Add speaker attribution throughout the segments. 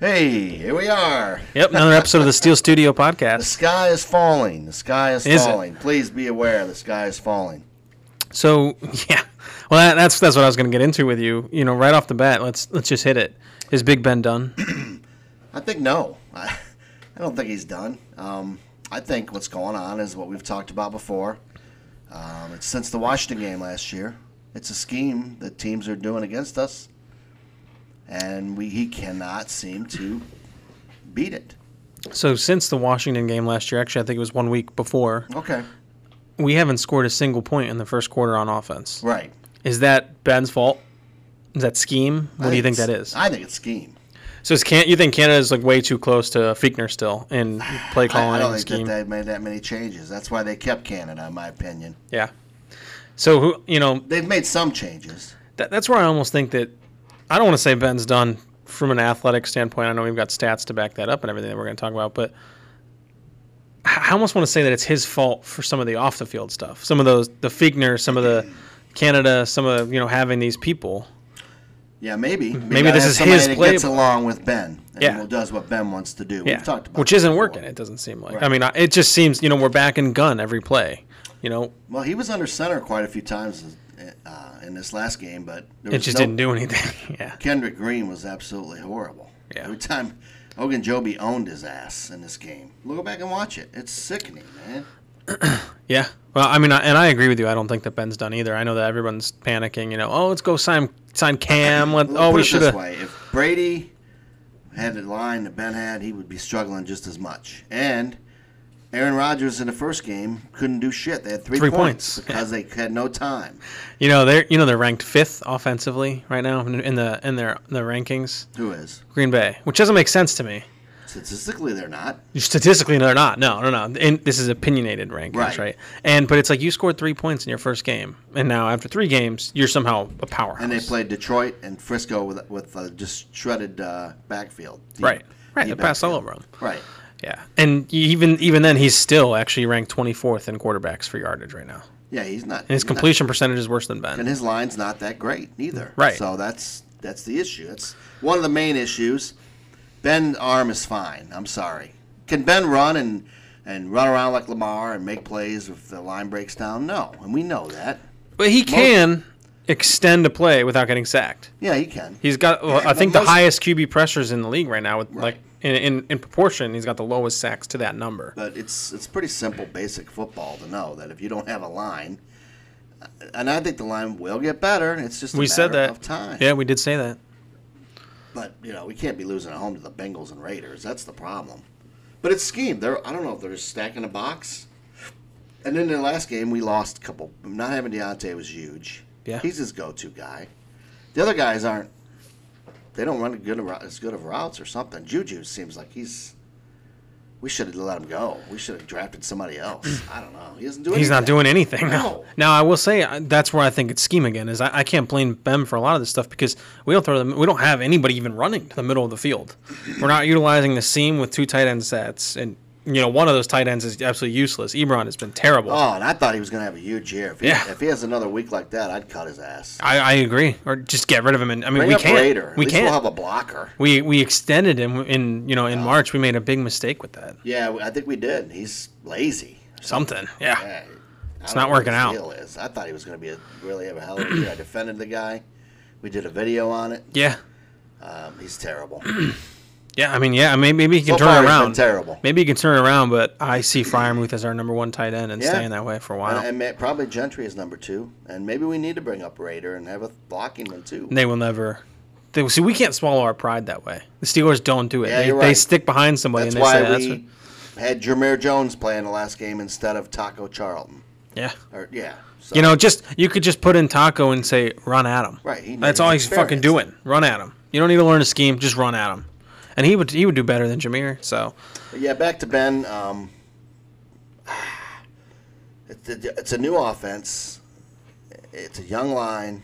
Speaker 1: Hey, here we are.
Speaker 2: Yep, another episode of the Steel Studio
Speaker 1: The
Speaker 2: podcast.
Speaker 1: sky is falling. The sky is,
Speaker 2: Is it?
Speaker 1: falling. Please be aware the sky is falling.
Speaker 2: So yeah, well that, that's that's what I was going to get into with you. You know, right off the bat, let's let's just hit it. Is Big Ben done?
Speaker 1: I think no. I, I don't think he's done. Um, I think what's going on is what we've talked about before. Um, it's since the Washington game last year. It's a scheme that teams are doing against us, and we he cannot seem to beat it.
Speaker 2: So since the Washington game last year, actually I think it was one week before,
Speaker 1: Okay,
Speaker 2: we haven't scored a single point in the first quarter on offense.
Speaker 1: right.
Speaker 2: Is that Ben's fault? Is that scheme? What
Speaker 1: I
Speaker 2: do you think
Speaker 1: it's-
Speaker 2: that is?
Speaker 1: I think it's scheme.
Speaker 2: so is can you think Canada's like way too close to Fiechner still in
Speaker 1: I,
Speaker 2: play
Speaker 1: I
Speaker 2: calling
Speaker 1: don't
Speaker 2: and
Speaker 1: think that
Speaker 2: scheme?
Speaker 1: they made that many changes. That's why they kept Canada, in my opinion.
Speaker 2: Yeah. So who you know
Speaker 1: They've made some changes.
Speaker 2: That, that's where I almost think that I don't want to say Ben's done from an athletic standpoint. I know we've got stats to back that up and everything that we're going to talk about, but I I almost want to say that it's his fault for some of the off the field stuff, some of those the Figner, some of the Canada, some of you know having these people.
Speaker 1: Yeah, maybe. Maybe,
Speaker 2: Maybe
Speaker 1: I
Speaker 2: this
Speaker 1: have
Speaker 2: is
Speaker 1: somebody
Speaker 2: his
Speaker 1: that
Speaker 2: playbook.
Speaker 1: gets along with Ben and
Speaker 2: Yeah.
Speaker 1: yeah. does what Ben wants to do. We've talked about
Speaker 2: which
Speaker 1: this
Speaker 2: isn't
Speaker 1: before.
Speaker 2: working. It doesn't seem like. I
Speaker 1: Right.
Speaker 2: mean, I, it just seems you know we're back in gun every play. You know,
Speaker 1: Well, he was under center quite a few times uh, in this last game, but there
Speaker 2: it
Speaker 1: was
Speaker 2: just
Speaker 1: no-
Speaker 2: didn't do anything. yeah.
Speaker 1: Kendrick Green was absolutely horrible.
Speaker 2: Yeah.
Speaker 1: Every time Ogunjobi owned his ass in this game. Look back and watch it. It's sickening, man.
Speaker 2: Yeah. Well, I mean, I, and I agree with you. I don't think that Ben's done either. I know that everyone's panicking. You know, oh, let's go sign sign Cam. Let,
Speaker 1: Well,
Speaker 2: oh,
Speaker 1: put
Speaker 2: we
Speaker 1: it
Speaker 2: should
Speaker 1: this
Speaker 2: have.
Speaker 1: way: if Brady had the line that Ben had, he would be struggling just as much. And Aaron Rodgers in the first game couldn't do shit. They had three,
Speaker 2: Three
Speaker 1: points,
Speaker 2: points,
Speaker 1: because they had no time.
Speaker 2: You know, they're you know they're ranked fifth offensively right now in, in the in their the rankings.
Speaker 1: Who is
Speaker 2: Green Bay, which doesn't make sense to me.
Speaker 1: statistically they're not
Speaker 2: Statistically, they're not. No, no, no. And this is opinionated rankings, right.
Speaker 1: Right.
Speaker 2: And but it's like you scored three points in your first game, and now after three games, you're somehow a powerhouse.
Speaker 1: and they played Detroit and Frisco with with uh, just shredded uh, backfield. Deep-
Speaker 2: right, right. They
Speaker 1: deep
Speaker 2: passed all
Speaker 1: backfield.
Speaker 2: over them.
Speaker 1: Right.
Speaker 2: Yeah, and you- even even then, he's still actually ranked 24th in quarterbacks for yardage right now,
Speaker 1: Yeah, he's not.
Speaker 2: and his
Speaker 1: he's not-
Speaker 2: completion percentage is worse than Ben.
Speaker 1: and his line's not that great either.
Speaker 2: Right.
Speaker 1: So that's that's the issue. It's one of the main issues. Ben arm is fine. I'm sorry. Can Ben run and and run around like Lamar and make plays if the line breaks down? No, and we know that.
Speaker 2: But he can extend a play without getting sacked.
Speaker 1: Yeah, he can.
Speaker 2: He's got, well, I
Speaker 1: but
Speaker 2: think, the
Speaker 1: most-
Speaker 2: highest QB pressures in the league right now. With like in, in in proportion, he's got the lowest sacks to that number.
Speaker 1: but it's it's pretty simple, basic football to know that if you don't have a line, and I think the line will get better. It's just a
Speaker 2: We
Speaker 1: matter
Speaker 2: said that.
Speaker 1: of time.
Speaker 2: Yeah, we did say that.
Speaker 1: But you know, we can't be losing at home to the Bengals and Raiders. That's the problem. But it's scheme. They're I don't know if they're just stacking a box. And then in the last game, we lost a couple. Not having Deontay was huge.
Speaker 2: Yeah.
Speaker 1: he's his go-to guy. The other guys aren't. They don't run good ar- as good of routes or something. Juju seems like he's. We should have let him go. We should have drafted somebody else. I don't know. He doesn't do.
Speaker 2: He's not
Speaker 1: anything.
Speaker 2: doing anything.
Speaker 1: No.
Speaker 2: Now I will say I- that's where I think it's scheme again. Is I, I can't blame Ben for a lot of this stuff because we don't throw them. We don't have anybody even running to the middle of the field. We're not utilizing the seam with two tight end sets, and you know one of those tight ends is absolutely useless. Ebron has been terrible.
Speaker 1: Oh, and I thought he was going to have a huge year. If he,
Speaker 2: Yeah.
Speaker 1: if he has another week like that, I'd cut his ass.
Speaker 2: I, I agree. Or just get rid of him. And I mean,
Speaker 1: Bring
Speaker 2: we
Speaker 1: up
Speaker 2: can't.
Speaker 1: Raider. At
Speaker 2: We
Speaker 1: least
Speaker 2: can't.
Speaker 1: We'll have a blocker.
Speaker 2: we we extended him in you know in March. We made a big mistake with that.
Speaker 1: Yeah, I think we did. He's lazy.
Speaker 2: Something. Yeah.
Speaker 1: Yeah,
Speaker 2: Ah, It's not working out.
Speaker 1: Deal is. I thought he was going to be a, really have a hell of a year. I defended the guy. We did a video on it.
Speaker 2: Yeah.
Speaker 1: Um, he's terrible.
Speaker 2: Yeah. I mean, yeah. Maybe maybe he can
Speaker 1: So
Speaker 2: turn
Speaker 1: far,
Speaker 2: it
Speaker 1: he's been
Speaker 2: around.
Speaker 1: terrible.
Speaker 2: Maybe he can turn it around. But I see Fryermuth as our number one tight end and
Speaker 1: Yeah.
Speaker 2: staying that way for a while.
Speaker 1: And, and ma- probably Gentry is number two. And maybe we need to bring up Raider and have a blocking one too.
Speaker 2: they will never. They, see, we can't swallow our pride that way. The Steelers don't do it.
Speaker 1: Yeah,
Speaker 2: they,
Speaker 1: you're
Speaker 2: they
Speaker 1: right.
Speaker 2: stick behind somebody
Speaker 1: That's
Speaker 2: and they
Speaker 1: why
Speaker 2: say that's
Speaker 1: we
Speaker 2: what,
Speaker 1: had Jameer Jones play in the last game instead of Taco Charlton.
Speaker 2: yeah.
Speaker 1: Or yeah, so,
Speaker 2: You know, just you could just put in Taco and say run at him.
Speaker 1: Right, he
Speaker 2: That's
Speaker 1: needs
Speaker 2: all he's fucking
Speaker 1: experience.
Speaker 2: doing. Run at him. You don't need to learn a scheme. Just run at him. And he would he would do better than Jameer. So
Speaker 1: But Yeah, back to Ben. Um, it's, it's a new offense. It's a young line,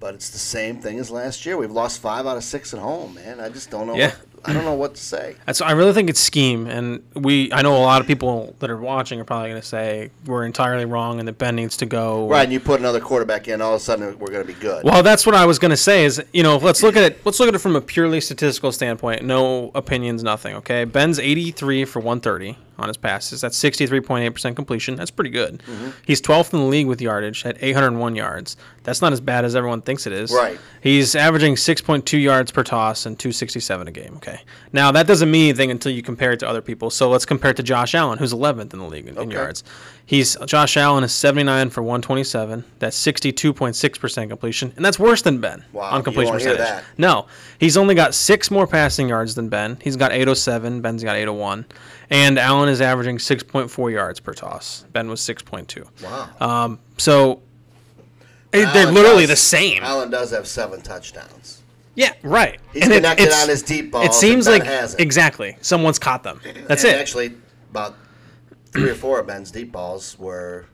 Speaker 1: but it's the same thing as last year. We've lost five out of six at home, man. I just don't know.
Speaker 2: Yeah.
Speaker 1: what- I don't know what to say.
Speaker 2: That's, I really think it's scheme, and we. I know a lot of people that are watching are probably going to say we're entirely wrong, and that Ben needs to go.
Speaker 1: Right, and you put another quarterback in, all of a sudden we're going to be good.
Speaker 2: Well, that's what I was going to say. Is you know, let's look at it. Let's look at it from a purely statistical standpoint. No opinions, nothing. Okay, Ben's 83 for 130 on his passes. That's 63.8 percent completion. That's pretty good.
Speaker 1: Mm-hmm.
Speaker 2: He's 12th in the league with yardage at 801 yards. That's not as bad as everyone thinks it is.
Speaker 1: Right.
Speaker 2: He's averaging 6.2 yards per toss and 267 a game. Okay. Now that doesn't mean anything until you compare it to other people. So let's compare it to Josh Allen, who's 11th in the league in, in
Speaker 1: Okay.
Speaker 2: yards. He's Josh Allen is 79 for 127. That's 62.6 percent completion, and that's worse than Ben
Speaker 1: Wow,
Speaker 2: on
Speaker 1: you
Speaker 2: completion
Speaker 1: won't hear
Speaker 2: percentage.
Speaker 1: that.
Speaker 2: No, he's only got six more passing yards than Ben. He's got 807. Ben's got 801. And Allen is averaging 6.4 yards per toss. Ben was 6.2.
Speaker 1: wow.
Speaker 2: Um, so it- they're
Speaker 1: Allen
Speaker 2: literally
Speaker 1: does-
Speaker 2: the same.
Speaker 1: Allen does have seven touchdowns.
Speaker 2: Yeah, right.
Speaker 1: He's
Speaker 2: it-
Speaker 1: connected
Speaker 2: it's-
Speaker 1: on his deep balls.
Speaker 2: It seems
Speaker 1: and Ben
Speaker 2: like
Speaker 1: hasn't.
Speaker 2: exactly someone's caught them. That's
Speaker 1: And
Speaker 2: it.
Speaker 1: Actually, about three or four of Ben's deep balls were.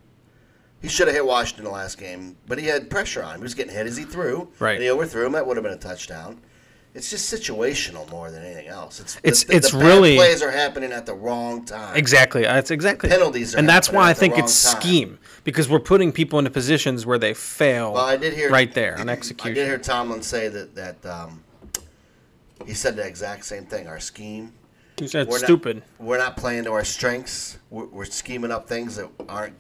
Speaker 1: He should have hit Washington the last game, but he had pressure on him. He was getting hit as he threw.
Speaker 2: Right.
Speaker 1: And he overthrew him. That would have been a touchdown. It's just situational more than anything else. It's
Speaker 2: It's-
Speaker 1: the, the
Speaker 2: it's
Speaker 1: bad
Speaker 2: really-
Speaker 1: plays are happening at the wrong time.
Speaker 2: Exactly. That's exactly.
Speaker 1: Penalties are
Speaker 2: and that's
Speaker 1: happening
Speaker 2: why I
Speaker 1: at the
Speaker 2: think
Speaker 1: wrong
Speaker 2: it's
Speaker 1: time.
Speaker 2: scheme because we're putting people into positions where they fail.
Speaker 1: Well, I did hear
Speaker 2: right there on
Speaker 1: I did
Speaker 2: execution.
Speaker 1: hear Tomlin say that that um, he said the exact same thing. Our scheme
Speaker 2: You said
Speaker 1: We're not-
Speaker 2: stupid.
Speaker 1: we're not playing to our strengths. We're, we're scheming up things that aren't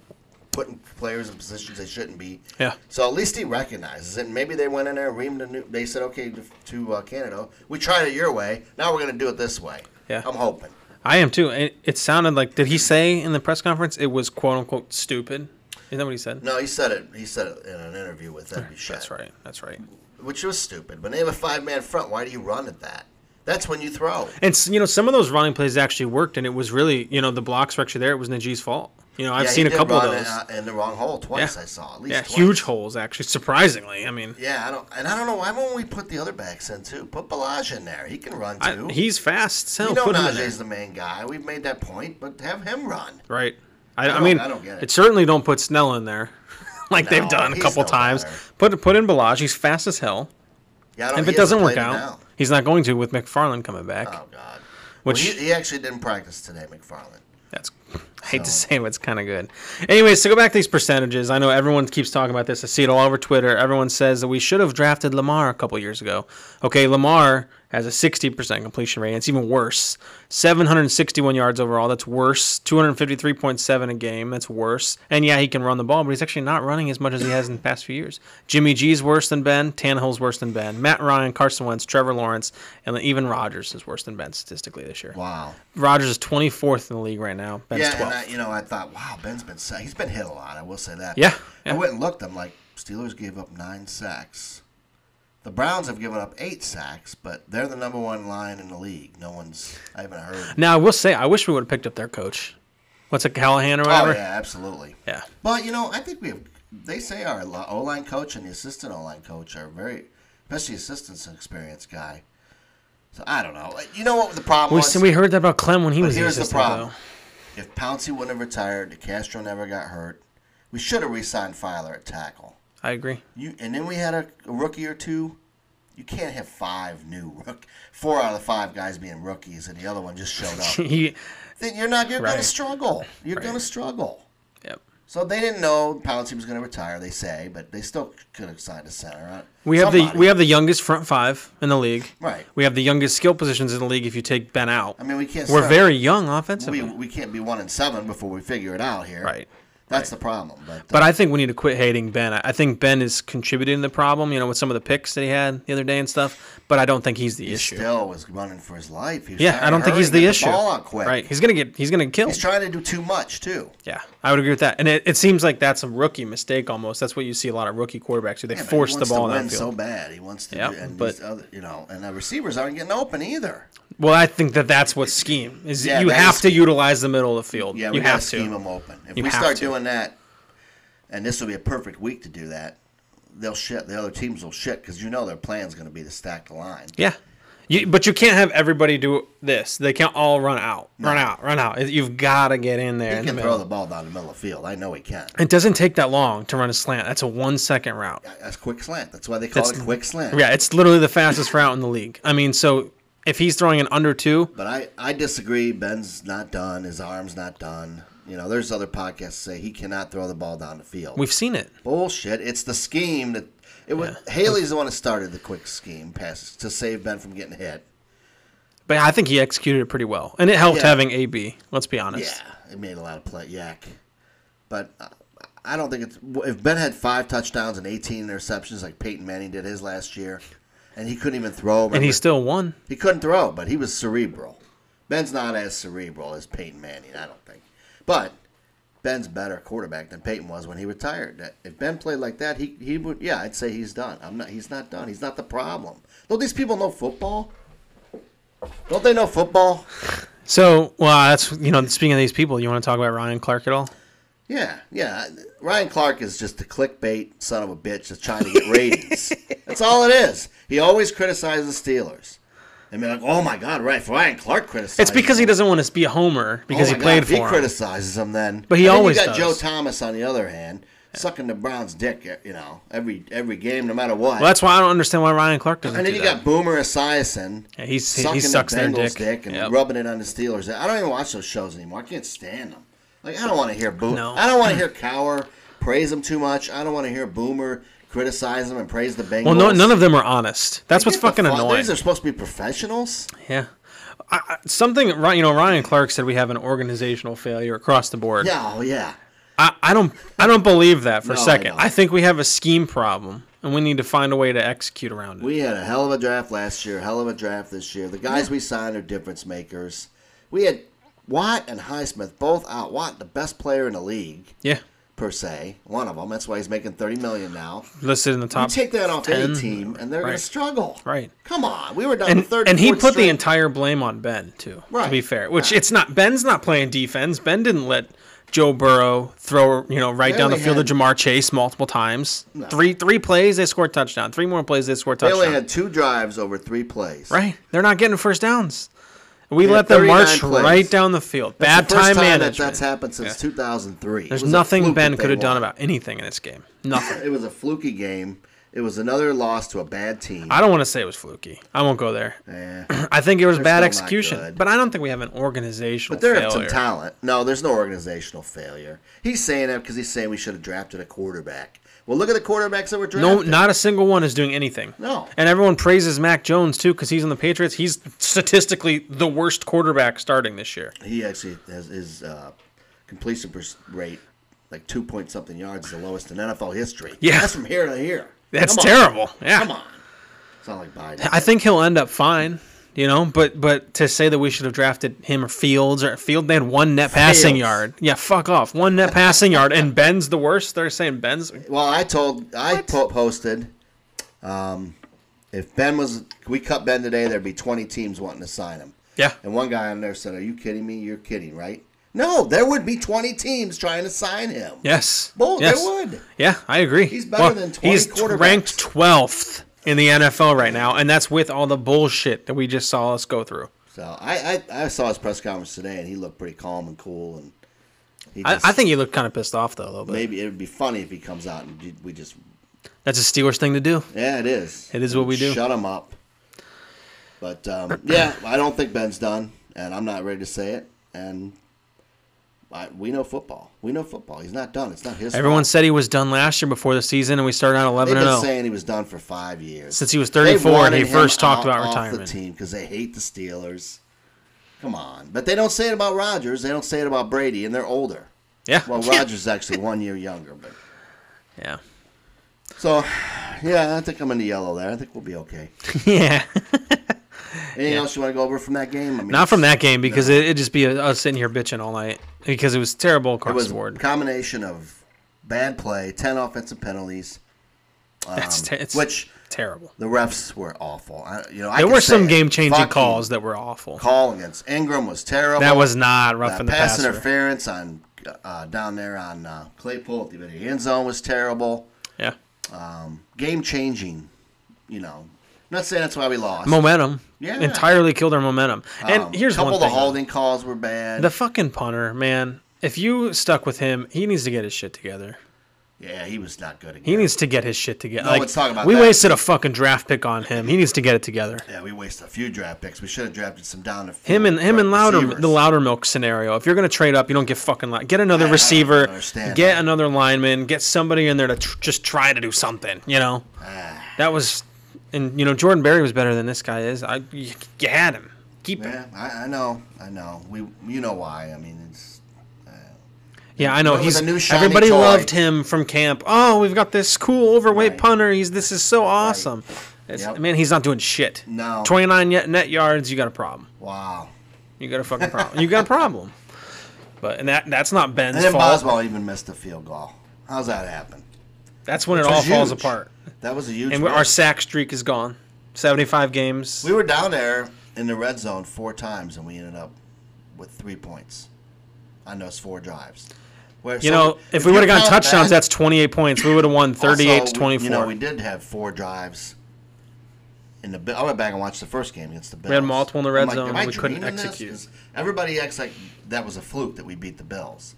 Speaker 1: putting players in positions they shouldn't be.
Speaker 2: Yeah.
Speaker 1: So at least he recognizes it. And maybe they went in there and reamed a new. They said, okay, to, to uh, Canada, we tried it your way. Now we're going to do it this way.
Speaker 2: Yeah.
Speaker 1: I'm hoping.
Speaker 2: I am too. It, it sounded like did he say in the press conference it was quote unquote stupid? Is that what he said?
Speaker 1: No, he said it. He said it in an interview with Ed Bichette,
Speaker 2: That's right. That's right.
Speaker 1: which was stupid. When they have a five-man front, why do you run at that? That's when you throw.
Speaker 2: And s- you know some of those running plays actually worked, and it was really you know the blocks were actually there. It was Najee's fault. You know I've
Speaker 1: Yeah, he
Speaker 2: seen a
Speaker 1: did
Speaker 2: couple of
Speaker 1: run in-
Speaker 2: those.
Speaker 1: uh, in the wrong hole twice.
Speaker 2: Yeah.
Speaker 1: I saw at least
Speaker 2: yeah,
Speaker 1: twice.
Speaker 2: huge holes actually. Surprisingly, I mean,
Speaker 1: Yeah, I don't, and I don't know why won't we put the other backs in too. Put Balaj in there; he can run
Speaker 2: I-
Speaker 1: too.
Speaker 2: he's fast. So
Speaker 1: we know
Speaker 2: put him in there.
Speaker 1: Najee's the main guy. We've made that point, but have him run.
Speaker 2: Right. I, I,
Speaker 1: don't-
Speaker 2: mean,
Speaker 1: I don't get it.
Speaker 2: it. certainly don't put Snell in there, like
Speaker 1: No,
Speaker 2: they've done a
Speaker 1: he's
Speaker 2: couple
Speaker 1: no
Speaker 2: times.
Speaker 1: better.
Speaker 2: Put put in Balaj. He's fast as hell.
Speaker 1: Yeah, I don't,
Speaker 2: If
Speaker 1: he hasn't
Speaker 2: it doesn't work
Speaker 1: played it
Speaker 2: out,
Speaker 1: now.
Speaker 2: he's not going to with McFarland coming back.
Speaker 1: oh god.
Speaker 2: Which-
Speaker 1: well, he, he actually didn't practice today, McFarland.
Speaker 2: That's I hate to
Speaker 1: So-
Speaker 2: say, but it's kind of good. Anyways, to go back to these percentages, I know everyone keeps talking about this. I see it all over Twitter. Everyone says that we should have drafted Lamar a couple years ago. Okay, Lamar has a 60% completion rate. It's even worse. 761 yards overall. That's worse. 253.7 a game. That's worse. And yeah, he can run the ball, but he's actually not running as much as he has in the past few years. Jimmy G's worse than Ben. Tannehill's worse than Ben. Matt Ryan, Carson Wentz, Trevor Lawrence, and even Rodgers is worse than Ben statistically this year.
Speaker 1: Wow.
Speaker 2: Rodgers is 24th in the league right now. Ben's
Speaker 1: yeah,
Speaker 2: 12th.
Speaker 1: and I, you know, I thought, wow, Ben's been sa- he's been hit a lot. I will say that.
Speaker 2: Yeah, yeah.
Speaker 1: I went and looked. I'm like, Steelers gave up nine sacks. The Browns have given up eight sacks, but they're the number one line in the league. No one's. I haven't heard.
Speaker 2: Now I will say I wish we would have picked up their coach. What's it, Callahan or
Speaker 1: Oh
Speaker 2: whatever?
Speaker 1: yeah, absolutely.
Speaker 2: yeah.
Speaker 1: But you know, I think we have. They say our O line coach and the assistant O line coach are very, especially assistant's an experienced guy. So I don't know. Like, You know what the problem
Speaker 2: We
Speaker 1: was?
Speaker 2: s we heard that about Clem when he was
Speaker 1: Here's the
Speaker 2: assistant, though.
Speaker 1: problem. If Pouncey wouldn't have retired, DeCastro never got hurt. We should have re-signed Filer at tackle.
Speaker 2: I agree.
Speaker 1: You and then we had a, a rookie or two. You can't have five new rook, four out of the five guys being rookies, and the other one just showed up.
Speaker 2: he,
Speaker 1: then you're not. You're gonna
Speaker 2: Right.
Speaker 1: struggle. You're
Speaker 2: Right.
Speaker 1: gonna struggle.
Speaker 2: yep.
Speaker 1: So they didn't know Pouncey was going to retire. They say, but they still could have signed a center. Right?
Speaker 2: We have the we have the youngest front five in the league.
Speaker 1: Right.
Speaker 2: We have the youngest skill positions in the league. If you take Ben out,
Speaker 1: I mean, we can't.
Speaker 2: we're
Speaker 1: start-
Speaker 2: very young offensively.
Speaker 1: We, we can't be one and seven before we figure it out here.
Speaker 2: Right.
Speaker 1: That's the problem. But,
Speaker 2: But I think we need to quit hating Ben. I I think Ben is contributing to the problem, you know, with some of the picks that he had the other day and stuff. But I don't think he's the issue.
Speaker 1: still was running for his life. He was
Speaker 2: yeah,
Speaker 1: trying
Speaker 2: I
Speaker 1: to
Speaker 2: don't think
Speaker 1: hurry
Speaker 2: he's
Speaker 1: and
Speaker 2: the
Speaker 1: get
Speaker 2: issue.
Speaker 1: ball out quick.
Speaker 2: Right? He's gonna get he's gonna kill.
Speaker 1: He's trying to do too much too.
Speaker 2: Yeah, I would agree with that. And it, it seems like that's a rookie mistake almost. That's what you see a lot of rookie quarterbacks do. They
Speaker 1: Yeah, but he
Speaker 2: force the
Speaker 1: wants
Speaker 2: ball
Speaker 1: to win
Speaker 2: downfield.
Speaker 1: so bad. He wants to.
Speaker 2: Yeah,
Speaker 1: do, and
Speaker 2: but-
Speaker 1: these other, you know, and the receivers aren't getting open either.
Speaker 2: well, I think that that's what scheme is.
Speaker 1: Yeah,
Speaker 2: you
Speaker 1: that is
Speaker 2: have to
Speaker 1: scheme.
Speaker 2: utilize the middle of the field.
Speaker 1: Yeah, we
Speaker 2: you
Speaker 1: gotta
Speaker 2: have
Speaker 1: scheme
Speaker 2: to.
Speaker 1: them open. If
Speaker 2: You
Speaker 1: we
Speaker 2: have
Speaker 1: start
Speaker 2: to.
Speaker 1: doing that, and this will be a perfect week to do that, they'll shit. The other teams will shit because you know their plan's going to be to stack the line.
Speaker 2: Yeah, you, but you can't have everybody do this. They can't all run out, run out, run out. You've got to get in there.
Speaker 1: He
Speaker 2: in
Speaker 1: can
Speaker 2: the
Speaker 1: throw
Speaker 2: middle.
Speaker 1: the ball down the middle of the field. I know he can.
Speaker 2: It doesn't take that long to run a slant. That's a one second route.
Speaker 1: That's quick slant. That's why they call it quick slant.
Speaker 2: Yeah, it's literally the fastest route in the league. I mean, so if he's throwing an under two,
Speaker 1: But I, I disagree. Ben's not done. His arm's not done. You know, there's other podcasts that say he cannot throw the ball down the field.
Speaker 2: we've seen it.
Speaker 1: Bullshit. It's the scheme that it was. Haley's the one that started the quick scheme passes to save Ben from getting hit.
Speaker 2: But I think he executed it pretty well, and it helped
Speaker 1: Yeah.
Speaker 2: having AB. Let's be honest.
Speaker 1: Yeah, it made a lot of play. Yak, but uh, I don't think it's. If Ben had five touchdowns and 18 interceptions like Peyton Manning did his last year, and he couldn't even throw,
Speaker 2: and
Speaker 1: remember?
Speaker 2: he still won.
Speaker 1: He couldn't throw, but he was cerebral. Ben's not as cerebral as Peyton Manning, I don't think. But Ben's better quarterback than Peyton was when he retired. That- If Ben played like that, he, he would yeah, I'd say he's done. I'm not he's not done. He's not the problem. Don't these people know football? Don't they know football?
Speaker 2: So, well, that's you know, speaking of these people, you want to talk about Ryan Clark at all?
Speaker 1: Yeah, yeah. Ryan Clark is just a clickbait son of a bitch that's trying to get ratings. that's all it is. He always criticizes the Steelers. I mean, like, oh my God, right? If Ryan Clark criticized.
Speaker 2: It's because he doesn't want to be a homer because
Speaker 1: Oh
Speaker 2: he
Speaker 1: my
Speaker 2: played
Speaker 1: God,
Speaker 2: for
Speaker 1: He
Speaker 2: him.
Speaker 1: criticizes him then.
Speaker 2: But he
Speaker 1: And then
Speaker 2: always
Speaker 1: you got
Speaker 2: does.
Speaker 1: Joe Thomas on the other hand, sucking the Browns' dick. You know, every every game, no matter what.
Speaker 2: well, that's why I don't understand why Ryan Clark doesn't.
Speaker 1: and then
Speaker 2: do
Speaker 1: you
Speaker 2: that.
Speaker 1: got Boomer Esiason
Speaker 2: Yeah, he's- he- he
Speaker 1: sucking
Speaker 2: sucks
Speaker 1: the
Speaker 2: their
Speaker 1: Bengals'
Speaker 2: dick.
Speaker 1: and
Speaker 2: Yep.
Speaker 1: rubbing it on the Steelers. I don't even watch those shows anymore. I can't stand them. Like I don't want to hear Boomer.
Speaker 2: No.
Speaker 1: I don't want to hear Cower praise him too much. I don't want to hear Boomer criticize him and praise the Bengals.
Speaker 2: Well, no, none of them are honest. That's what's
Speaker 1: Get the
Speaker 2: fucking
Speaker 1: fuck-
Speaker 2: annoying.
Speaker 1: These are supposed to be professionals.
Speaker 2: Yeah. I, I, something, Ry- you know, Ryan Clark said we have an organizational failure across the board.
Speaker 1: Yeah, oh, yeah.
Speaker 2: I, I don't, I don't believe that for a
Speaker 1: No, I
Speaker 2: second.
Speaker 1: don't.
Speaker 2: I, think we have a scheme problem, and we need to find a way to execute around it.
Speaker 1: We had a hell of a draft last year, hell of a draft this year. The guys we signed are difference makers. We had Watt and Highsmith both out. Watt, the best player in the league
Speaker 2: yeah,
Speaker 1: per se, one of them. That's why he's making thirty million now.
Speaker 2: listed in the
Speaker 1: You
Speaker 2: top.
Speaker 1: take that off any
Speaker 2: 10,
Speaker 1: team, and they're going
Speaker 2: right.
Speaker 1: to struggle.
Speaker 2: Right.
Speaker 1: Come on, we were down to
Speaker 2: and,
Speaker 1: third.
Speaker 2: and he
Speaker 1: fourth
Speaker 2: put the
Speaker 1: straight.
Speaker 2: entire blame on Ben too. To
Speaker 1: Right.
Speaker 2: be fair, which
Speaker 1: Yeah.
Speaker 2: it's not. Ben's not playing defense. Ben didn't let Joe Burrow throw you know right
Speaker 1: They
Speaker 2: down the
Speaker 1: only
Speaker 2: field
Speaker 1: had-
Speaker 2: to Jamar Chase multiple times. Three three plays they scored touchdown. Three more plays they scored
Speaker 1: They only
Speaker 2: touchdown.
Speaker 1: had two drives over three plays.
Speaker 2: right, they're not getting first downs. We
Speaker 1: had
Speaker 2: let them
Speaker 1: 39
Speaker 2: march
Speaker 1: plays.
Speaker 2: right down the field.
Speaker 1: That's
Speaker 2: Bad
Speaker 1: the first
Speaker 2: time,
Speaker 1: time that
Speaker 2: management.
Speaker 1: that's happened since 2003.
Speaker 2: There's nothing Ben could have done about anything in this game. Nothing.
Speaker 1: It was a fluky game. It was another loss to a bad team.
Speaker 2: I don't want to say it was fluky. I won't go there.
Speaker 1: Eh.
Speaker 2: I think it was bad
Speaker 1: still not
Speaker 2: execution,
Speaker 1: good.
Speaker 2: but I don't think we have an organizational
Speaker 1: But there are some
Speaker 2: failure.
Speaker 1: talent. No, there's no organizational failure. He's saying that because he's saying we should have drafted a quarterback. Well, look at the quarterbacks that were
Speaker 2: No,
Speaker 1: drafted.
Speaker 2: not a single one is doing anything.
Speaker 1: No.
Speaker 2: And everyone praises Mac Jones too because he's on the Patriots. He's statistically the worst quarterback starting this year.
Speaker 1: he actually has his uh, completion pers- rate, like two point something yards, is the lowest in NFL history.
Speaker 2: Yeah.
Speaker 1: that's from here to here.
Speaker 2: That's
Speaker 1: Come on.
Speaker 2: terrible. Yeah.
Speaker 1: Come on, it's not like Biden.
Speaker 2: I think he'll end up fine, you know. But but to say that we should have drafted him or Fields or Field, they had one net passing
Speaker 1: Fields.
Speaker 2: yard. Yeah, fuck off. One net passing yard, and Ben's the worst. They're saying Ben's.
Speaker 1: Well, I told I po- posted, um, if Ben was we cut Ben today, there'd be twenty teams wanting to sign him.
Speaker 2: Yeah.
Speaker 1: And one guy on there said, "Are you kidding me? You're kidding, right?" No, there would be 20 teams trying to sign him.
Speaker 2: Yes.
Speaker 1: Well, they
Speaker 2: yes.
Speaker 1: would.
Speaker 2: Yeah, I agree.
Speaker 1: He's better than 20
Speaker 2: He's
Speaker 1: quarterbacks.
Speaker 2: ranked 12th in the NFL right now, and that's with all the bullshit that we just saw us go through.
Speaker 1: So I, I I saw his press conference today, and he looked pretty calm and cool. And he
Speaker 2: I,
Speaker 1: just,
Speaker 2: I think he looked kind of pissed off though, a little bit.
Speaker 1: maybe it would be funny if he comes out and you- we just
Speaker 2: That's a Steelers thing to do.
Speaker 1: yeah, it is.
Speaker 2: It is what we do.
Speaker 1: Shut him up. But um, yeah, I don't think Ben's done, and I'm not ready to say it. And I, we know football. We know football. He's not done. It's not his.
Speaker 2: Everyone
Speaker 1: fault.
Speaker 2: said he was done last year before the season, and we started out 11
Speaker 1: They've been
Speaker 2: and 0
Speaker 1: saying he was done for five years
Speaker 2: since he was
Speaker 1: They
Speaker 2: 34 and he
Speaker 1: wanted him
Speaker 2: first talked
Speaker 1: out-
Speaker 2: about
Speaker 1: off
Speaker 2: retirement.
Speaker 1: The team because they hate the Steelers. Come on, but they don't say it about Rodgers. They don't say it about Brady, and they're older.
Speaker 2: Yeah.
Speaker 1: Well, Rodgers is actually one year younger, but
Speaker 2: yeah.
Speaker 1: so yeah, I think I'm in the yellow there. I think we'll be okay.
Speaker 2: yeah.
Speaker 1: Anything else you want to go over from that game? I mean,
Speaker 2: Not from that game because it, it'd just be us sitting here bitching all night because it was terrible
Speaker 1: It
Speaker 2: across
Speaker 1: was
Speaker 2: the
Speaker 1: a
Speaker 2: board.
Speaker 1: combination of bad play, ten offensive penalties,
Speaker 2: That's te- it's
Speaker 1: um, which
Speaker 2: terrible.
Speaker 1: the refs were awful. I, you know, I
Speaker 2: There
Speaker 1: can
Speaker 2: were
Speaker 1: say
Speaker 2: some
Speaker 1: it.
Speaker 2: game changing
Speaker 1: Fucking
Speaker 2: calls that were awful.
Speaker 1: Call against Ingram was terrible.
Speaker 2: That was not rough
Speaker 1: Uh,
Speaker 2: in the
Speaker 1: pass
Speaker 2: passer.
Speaker 1: interference on uh, down there on uh, Claypool at the end of the end zone was terrible.
Speaker 2: Yeah.
Speaker 1: Game changing, you know. I'm not saying that's why we lost.
Speaker 2: Momentum.
Speaker 1: Yeah.
Speaker 2: Entirely killed our momentum. And
Speaker 1: Um, a
Speaker 2: here's
Speaker 1: couple
Speaker 2: one
Speaker 1: of the
Speaker 2: thing.
Speaker 1: holding calls were bad.
Speaker 2: The fucking punter, man. If you stuck with him, he needs to get his shit together.
Speaker 1: Yeah, he was not good again.
Speaker 2: He needs to get his shit together.
Speaker 1: No
Speaker 2: like,
Speaker 1: one's talking about
Speaker 2: we
Speaker 1: that.
Speaker 2: wasted a fucking draft pick on him. He needs to get it together.
Speaker 1: yeah, we wasted a few draft picks. We should have drafted some down. the
Speaker 2: Him and
Speaker 1: field
Speaker 2: him and louder
Speaker 1: receivers.
Speaker 2: the louder milk scenario. If you're gonna trade up, you don't get fucking Lou- get another
Speaker 1: I
Speaker 2: receiver,
Speaker 1: understand
Speaker 2: get
Speaker 1: that.
Speaker 2: another lineman, get somebody in there to tr- just try to do something. You know,
Speaker 1: Ah,
Speaker 2: that was, and you know Jordan Berry was better than this guy is. I you, you had him, keep him.
Speaker 1: yeah, I, I know, I know. We, you know why? I mean, it's
Speaker 2: Yeah, I know
Speaker 1: Well, it was
Speaker 2: he's.
Speaker 1: a new shiny
Speaker 2: Everybody
Speaker 1: toy.
Speaker 2: loved him from camp. Oh, we've got this cool overweight
Speaker 1: Right.
Speaker 2: punter. He's this is so awesome. It's,
Speaker 1: Yep.
Speaker 2: Man, he's not doing shit.
Speaker 1: No.
Speaker 2: twenty nine yet net yards. You got a problem.
Speaker 1: wow.
Speaker 2: You got a fucking problem. you got a problem. But and that that's not Ben's
Speaker 1: And then
Speaker 2: fault.
Speaker 1: Boswell even missed a field goal. How's that happen?
Speaker 2: That's when it
Speaker 1: Which
Speaker 2: all
Speaker 1: was
Speaker 2: falls
Speaker 1: huge.
Speaker 2: apart.
Speaker 1: That was a huge.
Speaker 2: And we, our
Speaker 1: miss.
Speaker 2: sack streak is gone. Seventy five games.
Speaker 1: we were down there in the red zone four times, and we ended up with three points on those four drives. Where
Speaker 2: you
Speaker 1: some-
Speaker 2: know, if we
Speaker 1: you
Speaker 2: would have gotten
Speaker 1: count
Speaker 2: touchdowns,
Speaker 1: that-
Speaker 2: that's twenty eight points. We would have won thirty eight to
Speaker 1: Also,
Speaker 2: twenty
Speaker 1: we-
Speaker 2: four.
Speaker 1: You know, we did have four drives. In the, Bi- I went back and watched the first game against the Bills.
Speaker 2: had multiple in the red
Speaker 1: I'm like,
Speaker 2: zone,
Speaker 1: am I
Speaker 2: we couldn't
Speaker 1: dreaming this?
Speaker 2: execute.
Speaker 1: 'Cause Everybody acts like that was a fluke that we beat the Bills.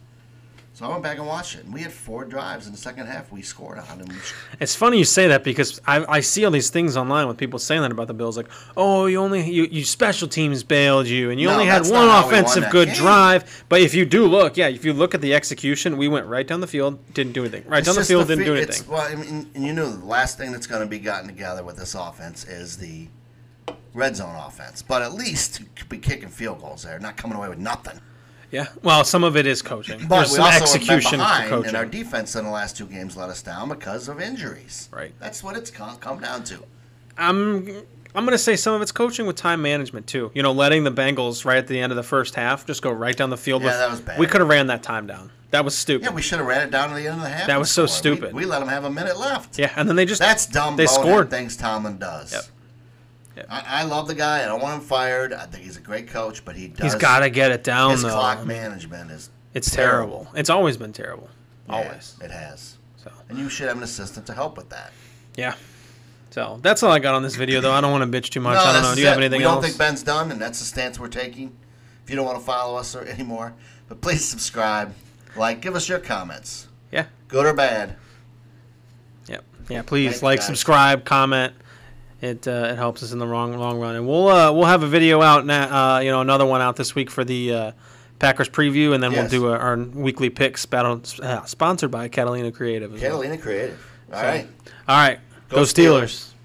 Speaker 1: So I went back and watched it, and we had four drives in the second half. We scored on them.
Speaker 2: It's funny you say that because I, I see all these things online with people saying that about the Bills, like, oh, you only you, you special teams bailed you, and you
Speaker 1: No,
Speaker 2: only had
Speaker 1: that's
Speaker 2: one
Speaker 1: not how we won
Speaker 2: offensive
Speaker 1: that
Speaker 2: good
Speaker 1: game.
Speaker 2: drive. But if you do look, yeah, if you look at the execution, we went right down the field, didn't do anything. Right
Speaker 1: It's
Speaker 2: down the
Speaker 1: just
Speaker 2: field, didn't
Speaker 1: fe-
Speaker 2: do
Speaker 1: it's-
Speaker 2: anything.
Speaker 1: Well, I mean, and you know, the last thing that's going to be gotten together with this offense is the red zone offense. But at least you could be kicking field goals there, not coming away with nothing.
Speaker 2: Yeah. Well, some of it is coaching.
Speaker 1: But
Speaker 2: There's
Speaker 1: we
Speaker 2: some
Speaker 1: also
Speaker 2: execution
Speaker 1: have been
Speaker 2: for
Speaker 1: behind,
Speaker 2: coaching.
Speaker 1: and our defense in the last two games let us down because of injuries.
Speaker 2: Right.
Speaker 1: That's what it's come, come down to.
Speaker 2: I'm I'm gonna say some of it's coaching with time management too. You know, letting the Bengals right at the end of the first half just go right down the field.
Speaker 1: Yeah,
Speaker 2: with,
Speaker 1: that was bad.
Speaker 2: We could have ran that time down. That was stupid.
Speaker 1: Yeah, we should have ran it down to the end of the half.
Speaker 2: That
Speaker 1: and
Speaker 2: was so
Speaker 1: scored. We-
Speaker 2: stupid.
Speaker 1: We, let them have a minute left.
Speaker 2: Yeah, and then they just
Speaker 1: That's dumb.
Speaker 2: They
Speaker 1: bonehead
Speaker 2: scored.
Speaker 1: things Tomlin does.
Speaker 2: Yep. Yep.
Speaker 1: I, I love the guy. I don't want him fired. I think he's a great coach, but he does.
Speaker 2: He's got to get it down
Speaker 1: his
Speaker 2: though.
Speaker 1: clock management is.
Speaker 2: It's terrible. It's always been terrible.
Speaker 1: Yeah,
Speaker 2: Always.
Speaker 1: it has.
Speaker 2: So
Speaker 1: And you should have an assistant to help with that.
Speaker 2: yeah. So that's all I got on this video though. I don't want to bitch too much. I don't know.
Speaker 1: that's
Speaker 2: Do you have
Speaker 1: it.
Speaker 2: anything
Speaker 1: we
Speaker 2: else?
Speaker 1: don't think Ben's done, and that's the stance we're taking. If you don't want to follow us or anymore, but please subscribe, like, give us your comments,
Speaker 2: yeah.
Speaker 1: good or bad.
Speaker 2: Yep. Yeah. Please
Speaker 1: Thank you,
Speaker 2: like,
Speaker 1: guys.
Speaker 2: subscribe, comment. It uh, it helps us in the long long run, and we'll uh, we'll have a video out now. Uh, you know, another one out this week for the uh, Packers preview, and then
Speaker 1: Yes.
Speaker 2: we'll do a, our weekly picks battle uh, sponsored by Catalina Creative. as well.
Speaker 1: Catalina Creative. All right.
Speaker 2: All right. Go,
Speaker 1: Go
Speaker 2: Steelers.